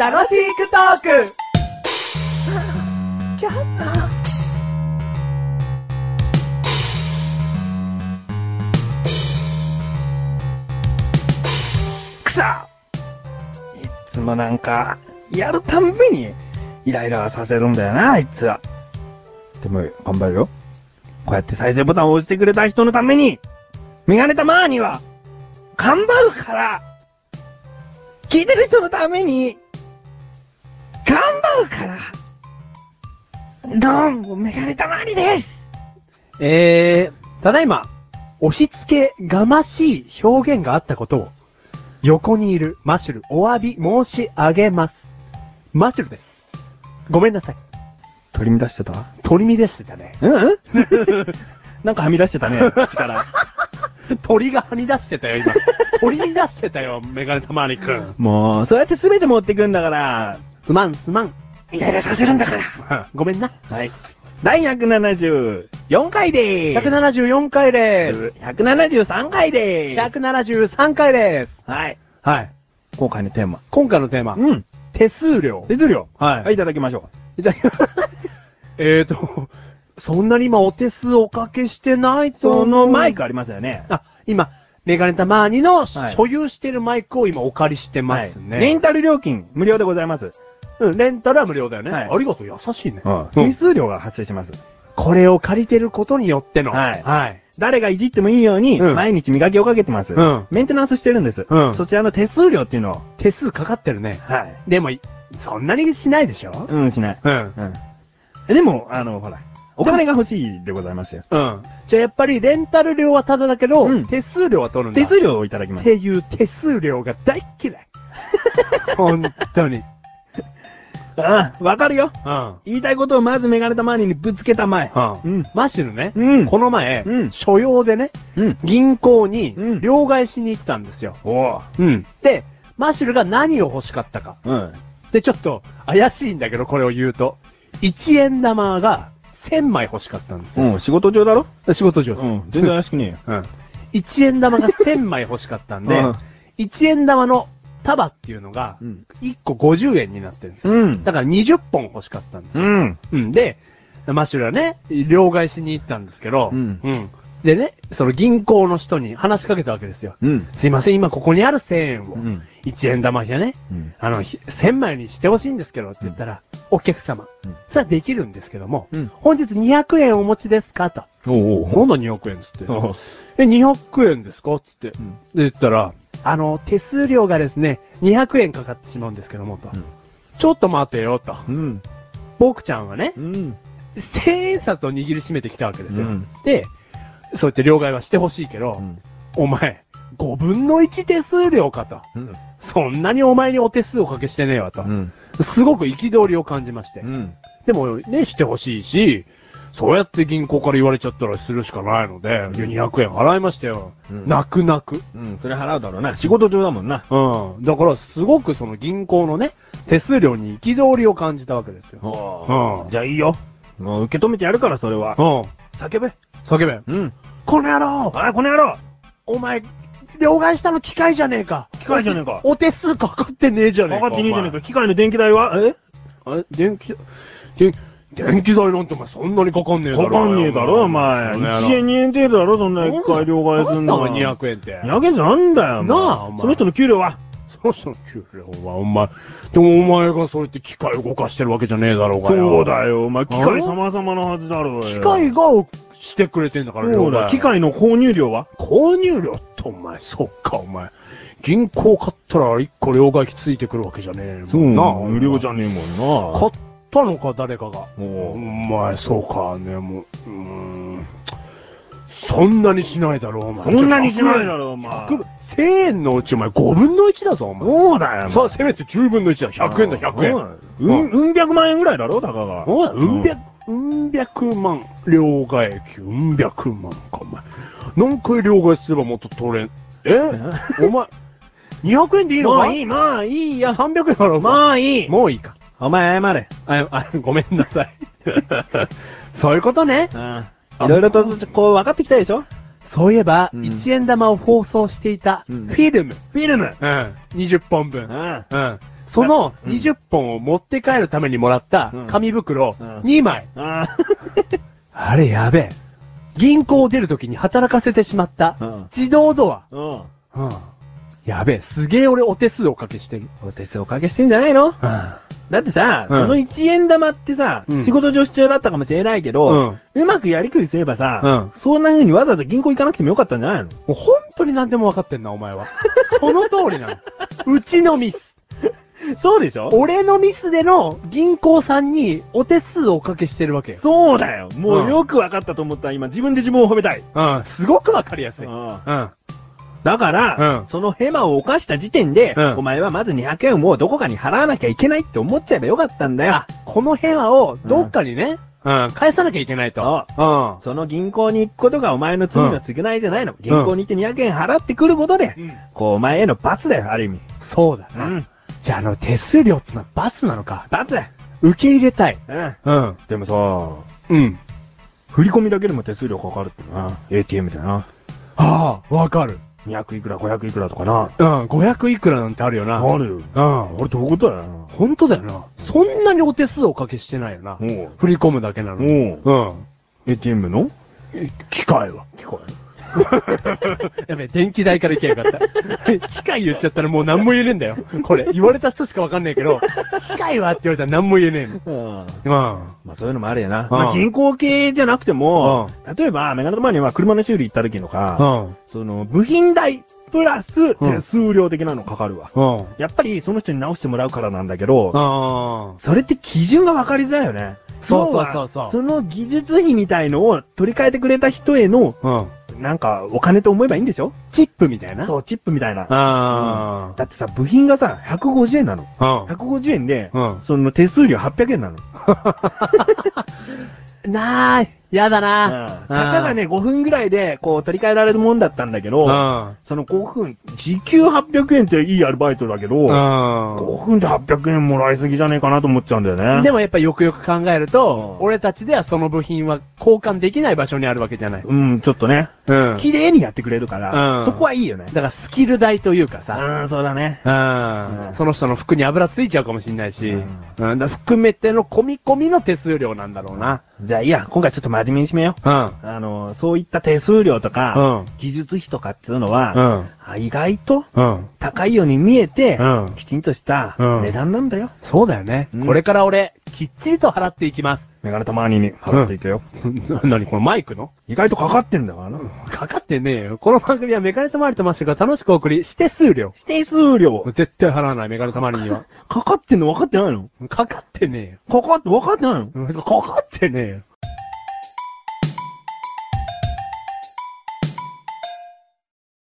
楽しくトークくそいっつもなんか、やるたんびに、イライラさせるんだよな、あいつは。でも、頑張るよ。こうやって再生ボタンを押してくれた人のために、メガネたまーには、頑張るから聞いてる人のために、頑張るからどうも、メガネたまーにですえー、ただいま、押し付けがましい表現があったことを、横にいるマシュル、お詫び申し上げます。マシュルです。ごめんなさい。取り乱してた鳥見出してたね。うんなんかはみ出してたね、口 から。 鳥がはみ出してたよ、 今。鳥に出してたよ、メガネたまわりくん。もう、そうやって全て持ってくんだから、すまん、すまん。イライラさせるんだから。ごめんな。はい。第174回でー174回ですす。。 173回でーす。 173回です。はい。はい。今回のテーマ。今回のテーマ、うん。手数料。手数料。はいはい、いただきましょ。いただきます えーと、そんなに今お手数おかけしてないうと思うそのマイクありますよね。あ、今、メガネたまーにのはい所有してるマイクを今お借りしてますはいレンね。タル料金、無料でございます。うん、レンタルは無料だよね。はいありがとう、優しいね。手数料が発生します。これを借りてることによっての。はいはい。誰がいじってもいいように、うん毎日磨きをかけてます。うんメンテナンスしてるんです。うんそちらの手数料っていうのを。手数かかってるね。はい。でも、そんなにしないでしょうん、しない。うん。うん。でも、あの、ほら、お金が欲しいでございますよ。うん。じゃあやっぱりレンタル料はタダだけど、うん手数料は取るんだ。手数料をいただきまっす。ていう手数料が大 嫌い。本当に。ああ、わかるよ。うん。言いたいことをまずメガネたまわりにぶつけたまえ。ううんん。マッシュルね、うんこの前、うん所用でね、うん。銀行にうん両替しに行ったんですよ。おお。うん。で、マッシュルが何を欲しかったか。うん。で、ちょっと怪しいんだけど、これを言うと。1円玉が1000枚欲しかったんですよ。うん、仕事中だろ仕事上手。うん、全然怪しくねえよ。 うん。1円玉が1000枚欲しかったん で、うん1円玉の束っていうのが、ん。 1個50円になってるんですよ。うん。だから20本欲しかったんですようん。うん。で、マシュラね、両替しに行ったんですけど、うんでね、その銀行の人に話しかけたわけですよ。うん。すいません、今ここにある1000円を、うん1円玉やね、うんあの、ひ1000枚にしてほしいんですけどって言ったら、お客様、うんそれはできるんですけども、うん本日200円お持ちですかと。おおなんだ200円っつって。おうえ、200円ですかつって。うんで、言ったら、あの、手数料がですね、200円かかってしまうんですけども、と。うんちょっと待てよ、と。うん。僕ちゃんはね、うん。千円札を握りしめてきたわけですよ。うんで、そうやって両替はしてほしいけど、うんお前、5分の1手数料かと。うん。そんなにお前にお手数をかけしてねえわと。うん。すごく憤りを感じまして。うん。でもね、してほしいし、そうやって銀行から言われちゃったらするしかないので、いや200円払いましたよ。うん泣く泣く。うん。それ払うだろうな。仕事中だもんな。うん。だから、すごくその銀行のね、手数料に憤りを感じたわけですよ。おうんじゃあいいよ。もう受け止めてやるから、それはう。ん。叫べ。叫べ。うん。この野郎あ、この野郎お前、両替したの機械じゃねえか。機械じゃねえかお手数かかってねえじゃ分ねえか。かってねえじゃねえか。機械の電気代はえお前。あれ電気、電電気代なんてお前そんなにかかんねえだろ。かかんねえだろ、お前。1円、2円程度だろ、そんな一回両替すんの。の。なんだお前200円って。 200円じゃなんだよ、お前なあお前その人の給料はその人の給料はお前。でもお前がそうやって機械動かしてるわけじゃねえだろうがよ。そうだよ、お前、機あれ械様々のはずだろうよ。機械がしてくれてんだから、そ両うだ替。よ、機。械の購入料は購入料ってお前、そっかお前。銀行買ったら1個両替機ついてくるわけじゃねえもんな。無料じゃねえもんな。買ったのか、誰かが。もおう前、そうか、ね、もう、うーん。そんなにしないだろ、お前。そんなにしないだろ。ろ、お前。 1000円のうち、お前、5分の1だぞ、お前。そうだよ、さあ、せめて10分の1だ、100円だ、100円。円。うん、うん、百万円ぐらいだろ、たかが。お前、うん百、うん百万、両替機、うん百万か、お前。何回両替すればもっと取れん。えお前、200円でいいのまかあいい、まあいいいや、や。 300円だろ、お前まあいい。もういいか。お前謝れ。あ、あ、 ごめんなさい。そういうことね。うん。いろいろと、こう、分かってきたでしょそういえば、うん1円玉を包装していた、うフんィルム。フィルムうん。20本分。うん。うん。そのうん20本を持って帰るためにもらったうん紙袋うん2枚。あれやべえ。銀行を出るときに働かせてしまったう。ん。自動ドア。うん。うん。やべえ。すげえ俺お手数おかけしてる。お手数おかけしてんじゃないのうん。だってさ、うんその1円玉ってさ、うん仕事上必要だったかもしれないけど、うまくやりくりすればさ、うそんな風にわざわざ銀行行かなくてもよかったんじゃないのもう本当に何でも分かってんな、お前は。その通りな の。うちのミス。そうでしょ俺のミスでの銀行さんにお手数をおかけしてるわけよ。そうだよ。もううんよくわかったと思った今、自分で自分を褒めたい。うん。すごく分かりやすい。うん。うん。だから、うんそのヘマを犯した時点で、うんお前はまず200円をどこかに払わなきゃいけないって思っちゃえばよかったんだよあ。、この部屋をどっかにね、うん、返さなきゃいけないと。うん。その銀行に行くことがお前の罪の償いじゃないの。銀行に行って200円払ってくることで、うん。こう、お前への罰だよ、ある意味。そうだな。。じゃあ、あの、手数料ってのは罰なのか。罰だよ。受け入れたい。うん。うん。でもさ、うん。振り込みだけでも手数料かかるってな。ATM でな。ああ、わかる。 200いくら、500いくらとかな。うん、500いくらなんてあるよな。あるよ。うん。俺どういうことだよ本当だよな。そんなにお手数おかけしてないよな。な。も振り込むだけなのう、に。もうん。う、ATM の機械は。聞こえ やべえ、電気代からいけばよかった。 機械言っちゃったらもう何も言えねえんだよ。これ、言われた人しかわかんないけど、機械はって言われたら何も言えねうん。えの。うん。まあそういうのもあるよな。うんまあ銀行系じゃなくても、例えばメガネとマニアは車の修理行った時のうか、ん。その部品代プラス手数料的なのかかるわ。うん。やっぱりその人に直してもらうからなんだけど、ああ。それって基準が分かりづらいよね。そうそうそうそう要はその技術費みたいのを取り替えてくれた人への、うん。なんかお金と思えばいいんでしょチップみたいな。う。そう、チップみたいな。あだってさ、部品がさ、150円なの。あ。 150円で、うん。その手数料800円なの。うん。なーい。やだなたかがね、5分ぐらいで、こう、取り替えられるもんだったんだけど、うん。その5分、時給800円っていいアルバイトだけど、う5分で800円もらいすぎじゃねえかなと思っちゃうんだよね。ん。でもやっぱよくよく考えると、うん俺たちではその部品は交換できない場所にあるわけじゃない。うん、ちょっとね、うん綺麗にやってくれるから、うんそこはいいよねだ。からスキル代というかさ、うん、そうだね。うんうんその人の服に油ついちゃうかもしんないし、ううんんだから含めての込み込みの手数料なんだろうな。じゃあいいや、今回ちょっと真面目に締めよう。うん。あの、そういった手数料とうか、ん。技術費とかっていうのは、うん。あ意外とうん。高いように見えて、うん。きちんとしたうん値段なんだよ。そうだよね。うんこれから俺、きっちりと払っていきます。 メガネたまにに払っていけよ。なにこのマイクの意外とかかってんだからな。かかってねえよ。この番組はメガネとマリとマッシュが楽しくお送り、指定数量。指定数料。絶対払わない、メガネとマリ には。かかってんの分かってないのかかってねかかって、分かってないのえよ。かかってねえよ。